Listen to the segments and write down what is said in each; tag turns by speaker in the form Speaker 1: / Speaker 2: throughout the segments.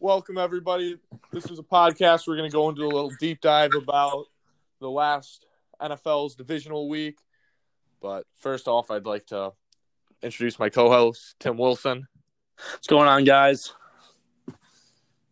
Speaker 1: Welcome, everybody. This is a podcast. We're going to go into a little deep dive about the last NFL's divisional week. But first off, I'd like to introduce my co host, Tim Wilson.
Speaker 2: What's going on, guys?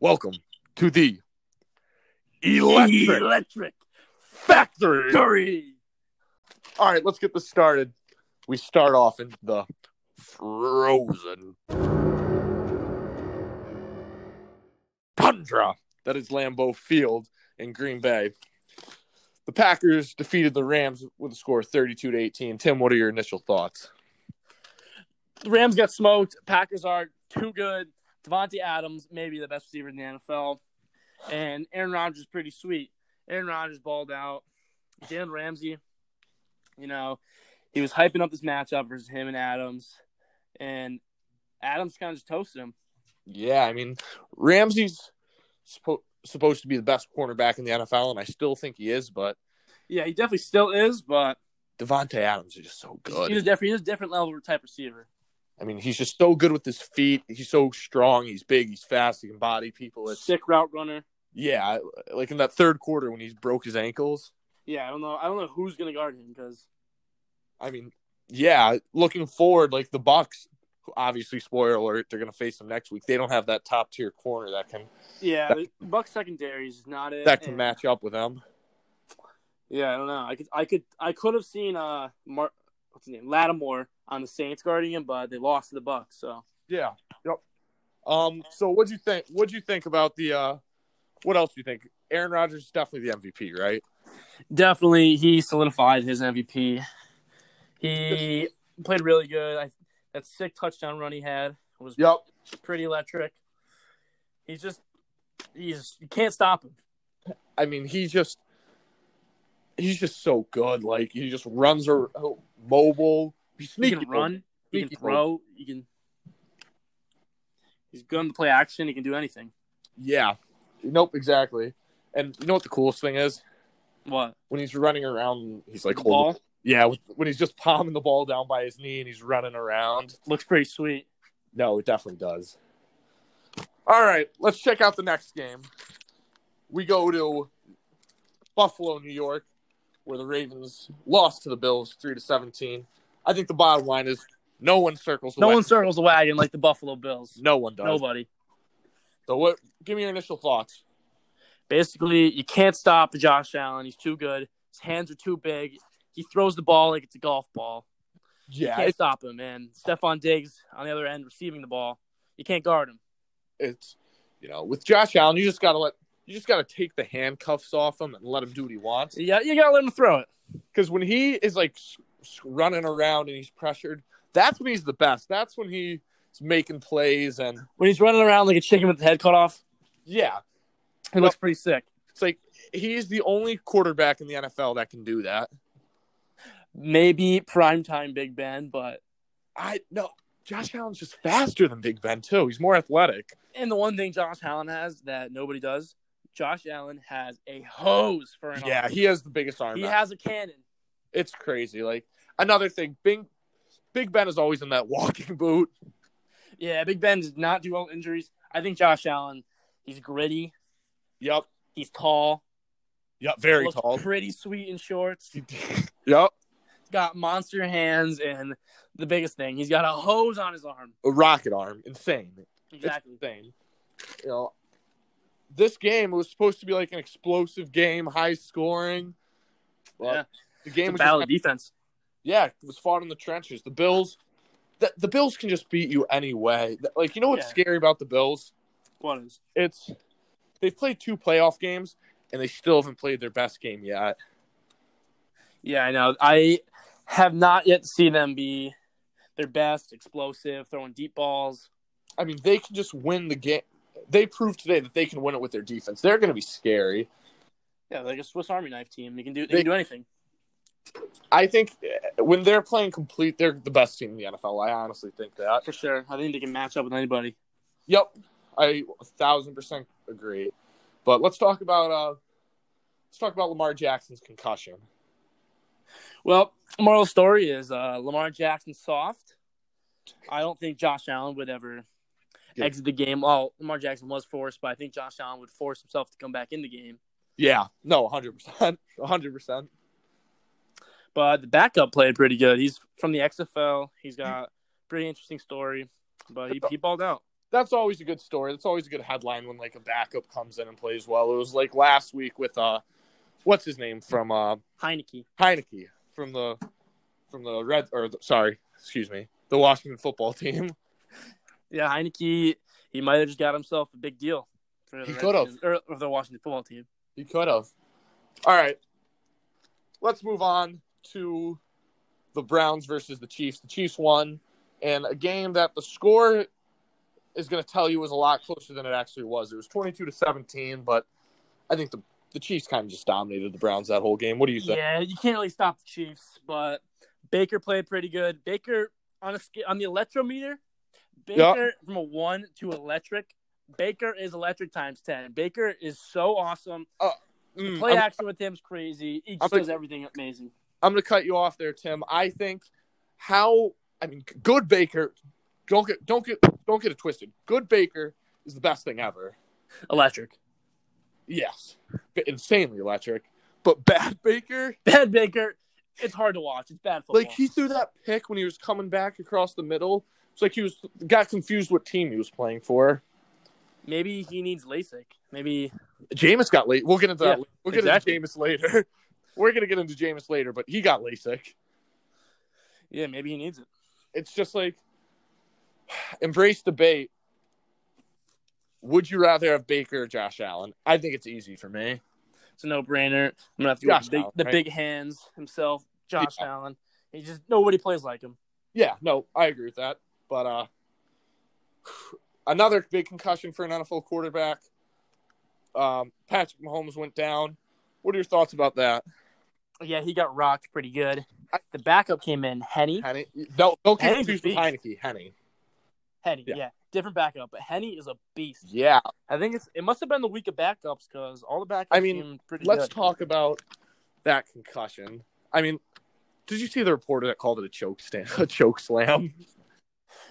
Speaker 1: Welcome to the Electric Factory.
Speaker 2: Curry.
Speaker 1: All right, let's get this started. We start off in the frozen tundra that is Lambeau Field in Green Bay. The Packers defeated the Rams with a score of 32 to 18. Tim, what are your initial thoughts?
Speaker 2: The Rams got smoked. Packers are too good. Devontae Adams, maybe the best receiver in the NFL. And Aaron Rodgers is pretty sweet. Aaron Rodgers balled out. Jalen Ramsey, you know, he was hyping up this matchup versus him and Adams. And Adams kind of just toasted him.
Speaker 1: Yeah, I mean, Ramsey's suppo- supposed to be the best cornerback in the NFL, and I still think he is, but
Speaker 2: Yeah, he definitely still is, but
Speaker 1: Devontae Adams is just so good.
Speaker 2: he's a different, he's a different level of type receiver.
Speaker 1: I mean, he's just so good with his feet. He's so strong. He's big. He's fast. He can body people. It's
Speaker 2: Sick route runner.
Speaker 1: yeah, I- like in that third quarter when he broke his ankles.
Speaker 2: Yeah, I don't know. I don't know who's gonna guard him because
Speaker 1: I mean, yeah, looking forward, like the Bucks. who Obviously, spoiler alert, they're going to face them next week. They don't have that top tier corner that can
Speaker 2: yeah, the Buck secondary is not it.
Speaker 1: that can
Speaker 2: and-
Speaker 1: match up with them.
Speaker 2: Yeah, I don't know. I could, I could, I could have seen uh, Mar- what's his name, Lattimore on the Saints guarding him, but they lost to the Bucks. So
Speaker 1: Yeah. Yep. Um. So, what'd you think? What'd you think about the? uh What else do you think? Aaron Rodgers is definitely the MVP, right?
Speaker 2: definitely, he solidified his MVP. He played really good. I, that sick touchdown run he had was
Speaker 1: Yep.
Speaker 2: pretty electric. He's just, he's you can't stop him.
Speaker 1: I mean, he just he's just so good. Like he just runs or mobile. He's
Speaker 2: He
Speaker 1: sneaky
Speaker 2: can run, he can
Speaker 1: Sneaky
Speaker 2: throw, he can. He's good to play action. He can do anything.
Speaker 1: Yeah. Nope. Exactly. And you know what the coolest thing is?
Speaker 2: What
Speaker 1: When he's running around, he's like
Speaker 2: the
Speaker 1: holding-
Speaker 2: ball
Speaker 1: Yeah. With, when he's just palming the ball down by his knee and he's running around.
Speaker 2: looks pretty sweet.
Speaker 1: No, it definitely does. All right, let's check out the next game. We go to Buffalo, New York, where the Ravens lost to the Bills three to seventeen. I think the bottom line is no one circles. The
Speaker 2: No
Speaker 1: wa-
Speaker 2: one circles the wagon like the Buffalo Bills.
Speaker 1: No one does.
Speaker 2: Nobody.
Speaker 1: So, what? Give me your initial thoughts.
Speaker 2: Basically, you can't stop Josh Allen. He's too good. His hands are too big. He throws the ball like it's a golf ball. You
Speaker 1: Yeah,
Speaker 2: can't
Speaker 1: it,
Speaker 2: stop him. And Stephon Diggs on the other end receiving the ball. You can't guard him.
Speaker 1: it's you know with Josh Allen, you just gotta let you just gotta take the handcuffs off him and let him do what he wants.
Speaker 2: Yeah, you gotta let him throw it.
Speaker 1: Because when he is like s- s- running around and he's pressured, that's when he's the best. That's when he's making plays and
Speaker 2: When he's running around like a chicken with the head cut off,
Speaker 1: yeah.
Speaker 2: he looks pretty sick.
Speaker 1: It's like he's the only quarterback in the NFL that can do that.
Speaker 2: Maybe primetime Big Ben, but
Speaker 1: I no, Josh Allen's just faster than Big Ben too. He's more athletic.
Speaker 2: and the one thing Josh Allen has that nobody does, Josh Allen has a hose for an
Speaker 1: Yeah,
Speaker 2: arm.
Speaker 1: he has the biggest arm.
Speaker 2: he has a cannon.
Speaker 1: it's crazy. Like another thing, Big Big Ben is always in that walking boot.
Speaker 2: Yeah, Big Ben does not do well with injuries. I think Josh Allen, he's gritty,
Speaker 1: Yep.
Speaker 2: he's tall,
Speaker 1: Yep. Very
Speaker 2: looks
Speaker 1: tall.
Speaker 2: pretty sweet in shorts. He's
Speaker 1: yep.
Speaker 2: got monster hands, and the biggest thing, he's got a hose on his arm.
Speaker 1: A rocket arm. Insane.
Speaker 2: Exactly.
Speaker 1: It's insane. You know, this game was supposed to be like an explosive game, high scoring. Well,
Speaker 2: Yeah.
Speaker 1: the
Speaker 2: It's
Speaker 1: game
Speaker 2: a
Speaker 1: was
Speaker 2: battle
Speaker 1: just
Speaker 2: of defense.
Speaker 1: Yeah, it was fought in the trenches. The Bills, the, the Bills can just beat you anyway. Like you know what's scary about the Bills?
Speaker 2: What is?
Speaker 1: It's they've played two playoff games and they still haven't played their best game yet.
Speaker 2: Yeah, I know. I have not yet seen them be their best, explosive, throwing deep balls.
Speaker 1: I mean, they can just win the game. They proved today that they can win it with their defense. They're going to be scary.
Speaker 2: Yeah, they're like a Swiss Army knife team. They can do they,
Speaker 1: They-
Speaker 2: can do anything.
Speaker 1: I think uh, when they're playing complete, they're the best team in the NFL. I honestly think that.
Speaker 2: For sure. I think they can match up with anybody.
Speaker 1: Yep, I a thousand percent agree. But let's talk about uh, let's talk about Lamar Jackson's concussion.
Speaker 2: Well, moral story is uh, Lamar Jackson soft. I don't think Josh Allen would ever
Speaker 1: Yeah.
Speaker 2: exit the game. Oh, Lamar Jackson was forced, but I think Josh Allen would force himself to come back in the game.
Speaker 1: Yeah, no, hundred percent, hundred percent.
Speaker 2: But the backup played pretty good. He's from the XFL. He's got a pretty interesting story, but he, he balled out.
Speaker 1: That's always a good story. That's always a good headline when like a backup comes in and plays well. It was like last week with uh, what's his name from uh
Speaker 2: Heineke.
Speaker 1: Heineke from the from the Red or the, sorry, excuse me, the Washington football team.
Speaker 2: Yeah, Heineke. He might have just got himself a big deal for the
Speaker 1: He could've.
Speaker 2: Redskins- or, or the Washington football team.
Speaker 1: He could have. All right. Let's move on to the Browns versus the Chiefs. The Chiefs won, and a game that the score is going to tell you was a lot closer than it actually was. It was 22 to 17, but I think the, the Chiefs kind of just dominated the Browns that whole game. What do you think?
Speaker 2: Yeah, you can't really stop the Chiefs, but Baker played pretty good. Baker on a sca- on the electrometer,
Speaker 1: Yeah.
Speaker 2: Baker from a one to electric. Baker is electric times ten. Baker is so awesome.
Speaker 1: Mm,
Speaker 2: Play
Speaker 1: I'm-
Speaker 2: action with him is crazy. He just
Speaker 1: I'm-
Speaker 2: does everything amazing.
Speaker 1: I'm going to cut you off there, Tim. I think how I mean, good Baker. Don't get don't get don't get it twisted. Good Baker is the best thing ever.
Speaker 2: Electric.
Speaker 1: Yes, insanely electric. But bad Baker,
Speaker 2: Bad Baker. It's hard to watch. It's bad football.
Speaker 1: like he threw that pick when he was coming back across the middle. It's like he was got confused what team he was playing for.
Speaker 2: Maybe he needs LASIK. Maybe
Speaker 1: Jameis got late. We'll get into that.
Speaker 2: Yeah,
Speaker 1: later. we'll get
Speaker 2: exactly.
Speaker 1: into Jameis later. We're gonna get into Jameis later, but he got LASIK.
Speaker 2: yeah, maybe he needs it.
Speaker 1: It's just like embrace debate. Would you rather have Baker or Josh Allen? I think it's easy for me.
Speaker 2: It's a no brainer. I'm gonna have to
Speaker 1: Josh
Speaker 2: go with the, big,
Speaker 1: Allen,
Speaker 2: the
Speaker 1: right?
Speaker 2: big hands himself, Josh Allen. He just nobody plays like him.
Speaker 1: Yeah, no, I agree with that. But uh another big concussion for an NFL quarterback. Um, Patrick Mahomes went down. What are your thoughts about that?
Speaker 2: Yeah, he got rocked pretty good. The backup came in, Henny.
Speaker 1: Henny, no, don't get
Speaker 2: Henny's a
Speaker 1: confused with Heineke. Henny.
Speaker 2: Henny,
Speaker 1: Yeah.
Speaker 2: yeah. different backup, but Henny is a beast.
Speaker 1: Yeah,
Speaker 2: I think it's it must have been the week of backups because all the backups.
Speaker 1: I mean,
Speaker 2: seemed pretty
Speaker 1: let's
Speaker 2: good.
Speaker 1: talk about that concussion. I mean, did you see the reporter that called it a choke stand, a choke slam?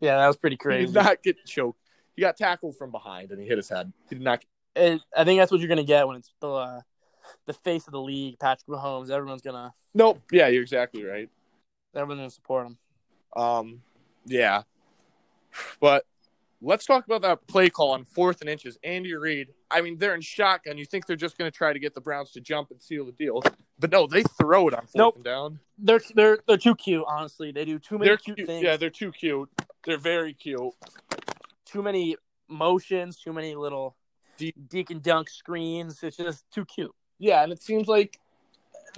Speaker 2: Yeah, that was pretty
Speaker 1: He
Speaker 2: crazy.
Speaker 1: did not get choked. He got tackled from behind and he hit his head. He did not.
Speaker 2: And I think that's what you're gonna get when it's the uh, the face of the league, Patrick Mahomes. Everyone's gonna
Speaker 1: Nope. Yeah, you're exactly right.
Speaker 2: everyone's gonna support him.
Speaker 1: Um, yeah. But let's talk about that play call on fourth and inches. Andy Reid, I mean, they're in shotgun. You think they're just going to try to get the Browns to jump and seal the deal. But no, they throw it on fourth
Speaker 2: Nope.
Speaker 1: and down.
Speaker 2: They're they're they're too cute. Honestly, they do too many
Speaker 1: They're
Speaker 2: cute,
Speaker 1: cute.
Speaker 2: things.
Speaker 1: Yeah, they're too cute. They're very cute.
Speaker 2: too many motions, too many little
Speaker 1: Deep.
Speaker 2: deek and dunk screens. It's just too cute.
Speaker 1: Yeah, and it seems like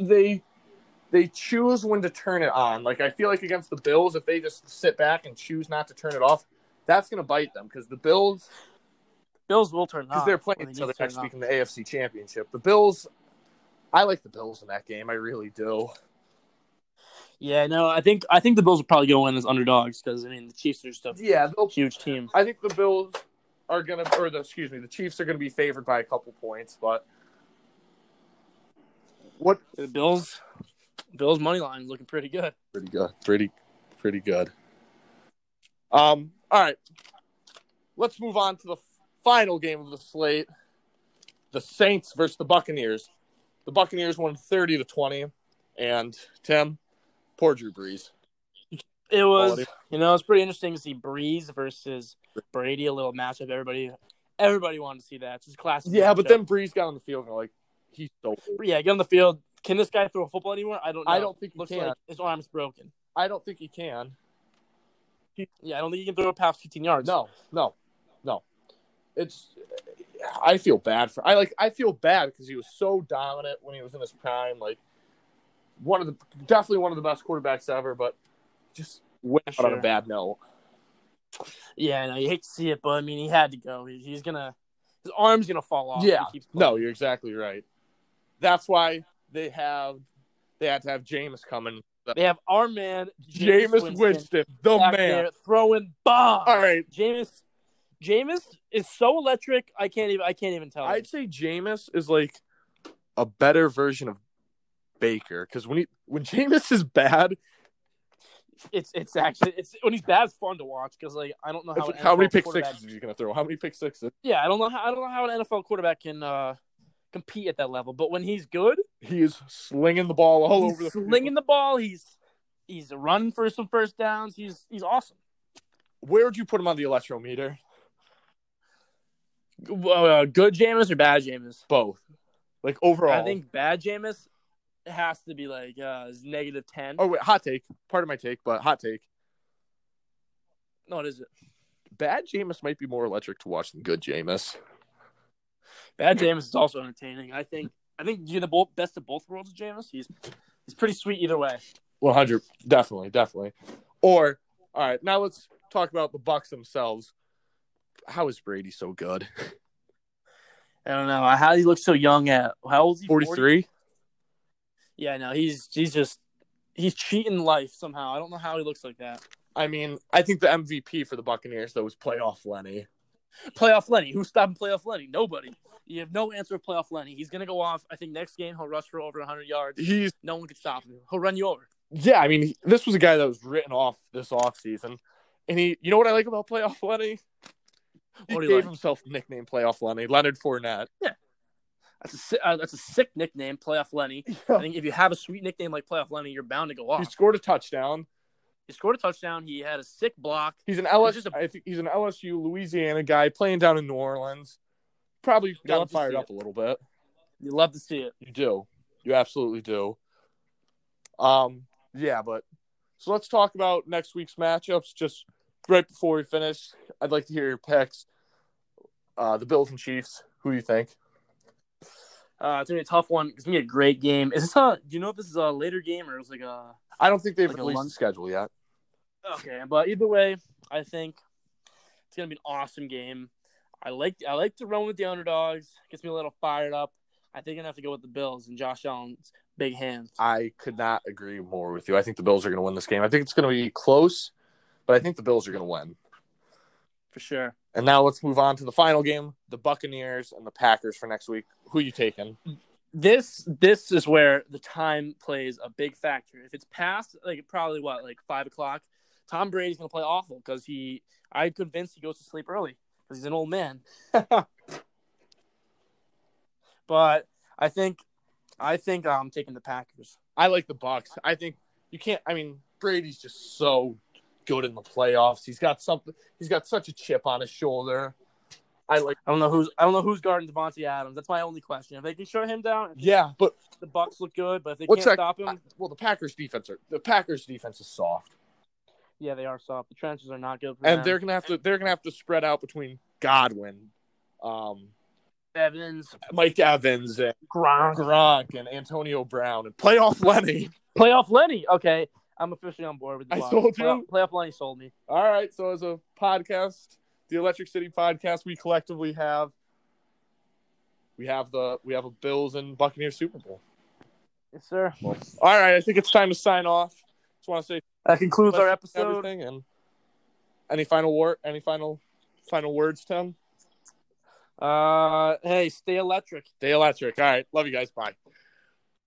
Speaker 1: they they choose when to turn it on. Like I feel like against the Bills, if they just sit back and choose not to turn it off, that's going to bite them because the Bills
Speaker 2: Bills will turn it
Speaker 1: because
Speaker 2: on
Speaker 1: they're
Speaker 2: when
Speaker 1: playing
Speaker 2: they
Speaker 1: each
Speaker 2: need
Speaker 1: other
Speaker 2: to turn it
Speaker 1: next
Speaker 2: on.
Speaker 1: week in the AFC Championship. The Bills, I like the Bills in that game. I really do.
Speaker 2: Yeah, no, I think I think the Bills will probably go in as underdogs because I mean the Chiefs are just a
Speaker 1: Yeah, they'll,
Speaker 2: huge team.
Speaker 1: I think the Bills are gonna, or the, excuse me, the Chiefs are gonna be favored by a couple points. But what?
Speaker 2: The Bills, Bills money line is looking pretty good.
Speaker 1: Pretty good. Pretty, pretty good. Um. All right. Let's move on to the final game of the slate: the Saints versus the Buccaneers. The Buccaneers won thirty to twenty, and Tim, poor Drew Brees.
Speaker 2: It was,
Speaker 1: Quality.
Speaker 2: you know, it's pretty interesting to see Breeze versus Brady, a little matchup. Everybody, everybody wanted to see that. It's just classic.
Speaker 1: Yeah, but
Speaker 2: matchup.
Speaker 1: then Breeze got on the field and like he's so. old.
Speaker 2: yeah, get on the field. Can this guy throw a football anymore? I don't. know.
Speaker 1: I don't think he
Speaker 2: Looks
Speaker 1: can.
Speaker 2: like his arm's broken.
Speaker 1: I don't think he can.
Speaker 2: Yeah, I don't think he can throw it past 15 yards.
Speaker 1: No, no, no. It's. I feel bad for. I like. I feel bad because he was so dominant when he was in his prime. Like one of the definitely one of the best quarterbacks ever, but just went out on a
Speaker 2: Sure.
Speaker 1: bad note.
Speaker 2: Yeah, no, you hate to see it, but I mean, he had to go. He- He's gonna, his arm's gonna fall off. if
Speaker 1: Yeah,
Speaker 2: he keeps
Speaker 1: No,
Speaker 2: playing.
Speaker 1: you're exactly right. That's why they have they had to have Jameis coming.
Speaker 2: They have our man
Speaker 1: Jameis Winston, the
Speaker 2: back
Speaker 1: Oh, man.
Speaker 2: there throwing bombs.
Speaker 1: All right,
Speaker 2: Jameis. Jameis is so electric. I can't even. I can't even tell.
Speaker 1: I'd say Jameis is like a better version of Baker because when he when Jameis is bad,
Speaker 2: it's it's actually it's when he's bad, it's fun to watch because like I don't know how
Speaker 1: That's-
Speaker 2: an
Speaker 1: how many
Speaker 2: NFL
Speaker 1: pick
Speaker 2: quarterback-
Speaker 1: sixes are you gonna throw? How many pick sixes?
Speaker 2: Yeah, I don't know how I don't know how an NFL quarterback can uh, compete at that level. But when he's good,
Speaker 1: He is slinging the ball all
Speaker 2: he's
Speaker 1: over the
Speaker 2: slinging
Speaker 1: field.
Speaker 2: the ball. He's he's running for some first downs. He's he's awesome.
Speaker 1: Where would you put him on the electrometer?
Speaker 2: Uh, good Jameis or bad Jameis?
Speaker 1: Both, like overall.
Speaker 2: I think bad Jameis has to be like uh, is negative ten.
Speaker 1: Oh wait, hot take. Part of my take, but hot take.
Speaker 2: No, what is it?
Speaker 1: Bad Jameis might be more electric to watch than good Jameis.
Speaker 2: Bad Jameis is also entertaining. I think I think you're the bo- best of both worlds, Jameis. He's he's pretty sweet either way.
Speaker 1: One hundred, definitely, definitely. Or all right, now let's talk about the Bucks themselves. How is Brady so good?
Speaker 2: I don't know how he looks so young at how old is he? 40?
Speaker 1: Forty three.
Speaker 2: Yeah, no, he's he's just he's cheating life somehow. I don't know how he looks like that.
Speaker 1: I mean, I think the MVP for the Buccaneers though was playoff Lenny.
Speaker 2: Playoff Lenny, who's stopping playoff Lenny? Nobody. You have no answer for playoff Lenny. He's gonna go off. I think next game he'll rush for over 100 yards.
Speaker 1: He's
Speaker 2: No one can stop him. He'll run you over.
Speaker 1: yeah, I mean, he- this was a guy that was written off this offseason. And he you know what I like about playoff Lenny? He
Speaker 2: What do
Speaker 1: gave
Speaker 2: you like?
Speaker 1: himself the nickname playoff Lenny, Leonard Fournette.
Speaker 2: That's a si- uh, that's a sick nickname, playoff Lenny. I think if you have a sweet nickname like playoff Lenny, you're bound to go
Speaker 1: He
Speaker 2: off.
Speaker 1: scored a touchdown.
Speaker 2: He scored a touchdown. He had a sick block.
Speaker 1: He's an LS,
Speaker 2: He's just a-
Speaker 1: I think he's an LSU Louisiana guy playing down in New Orleans. Probably got
Speaker 2: Love
Speaker 1: him
Speaker 2: to see
Speaker 1: fired
Speaker 2: it.
Speaker 1: up a little bit.
Speaker 2: You love to see it.
Speaker 1: You do. You absolutely do. Um, yeah, but so let's talk about next week's matchups. Just right before we finish, I'd like to hear your picks. Uh, the Bills and Chiefs. Who do you think?
Speaker 2: Uh, it's gonna be a tough one. It's gonna be a great game. Is this a? Do you know if this is a later game or is it like a?
Speaker 1: I don't think they've
Speaker 2: Like a
Speaker 1: released the
Speaker 2: lunch-
Speaker 1: schedule yet.
Speaker 2: Okay, but either way, I think it's gonna be an awesome game. I like I like to run with the underdogs. Gets me a little fired up. I think I'm gonna have to go with the Bills and Josh Allen's big hands.
Speaker 1: I could not agree more with you. I think the Bills are going to win this game. I think it's going to be close, but I think the Bills are going to win.
Speaker 2: for sure.
Speaker 1: And now let's move on to the final game: the Buccaneers and the Packers for next week. Who you taking?
Speaker 2: This this is where the time plays a big factor. If it's past like probably what like five o'clock, Tom Brady's gonna play awful because he I'm convinced he goes to sleep early because he's an old man. But I think I think I'm taking the Packers.
Speaker 1: I like the Bucks. I think you can't. I mean, Brady's just so good in the playoffs. He's got something. He's got such a chip on his shoulder. I like.
Speaker 2: I don't know who's I don't know who's guarding Devontae Adams. That's my only question. If they can shut him down,
Speaker 1: Yeah, but
Speaker 2: the Bucks look good, but if they
Speaker 1: What's
Speaker 2: can't
Speaker 1: that-
Speaker 2: stop him,
Speaker 1: well, the Packers defense are the Packers defense is soft,
Speaker 2: yeah, they are soft. The trenches are not good. For
Speaker 1: and
Speaker 2: them.
Speaker 1: they're gonna have to they're gonna have to spread out between Godwin, um,
Speaker 2: Evans,
Speaker 1: Mike Evans, and
Speaker 2: Gronk,
Speaker 1: Gronk, and Antonio Brown, and playoff Lenny.
Speaker 2: playoff Lenny. Okay, I'm officially on board with. The
Speaker 1: I
Speaker 2: Bucs.
Speaker 1: sold you?
Speaker 2: Playoff, playoff Lenny sold me.
Speaker 1: All right. So as a podcast, the Electric City podcast, we collectively have we have the we have a Bills and Buccaneers Super Bowl.
Speaker 2: Yes, sir.
Speaker 1: All right, I think it's time to sign off. Just want to say
Speaker 2: That concludes our
Speaker 1: thanks for
Speaker 2: episode.
Speaker 1: everything and any final word any final final words, Tim?
Speaker 2: Uh, hey, stay electric.
Speaker 1: Stay electric. All right. Love you guys. Bye.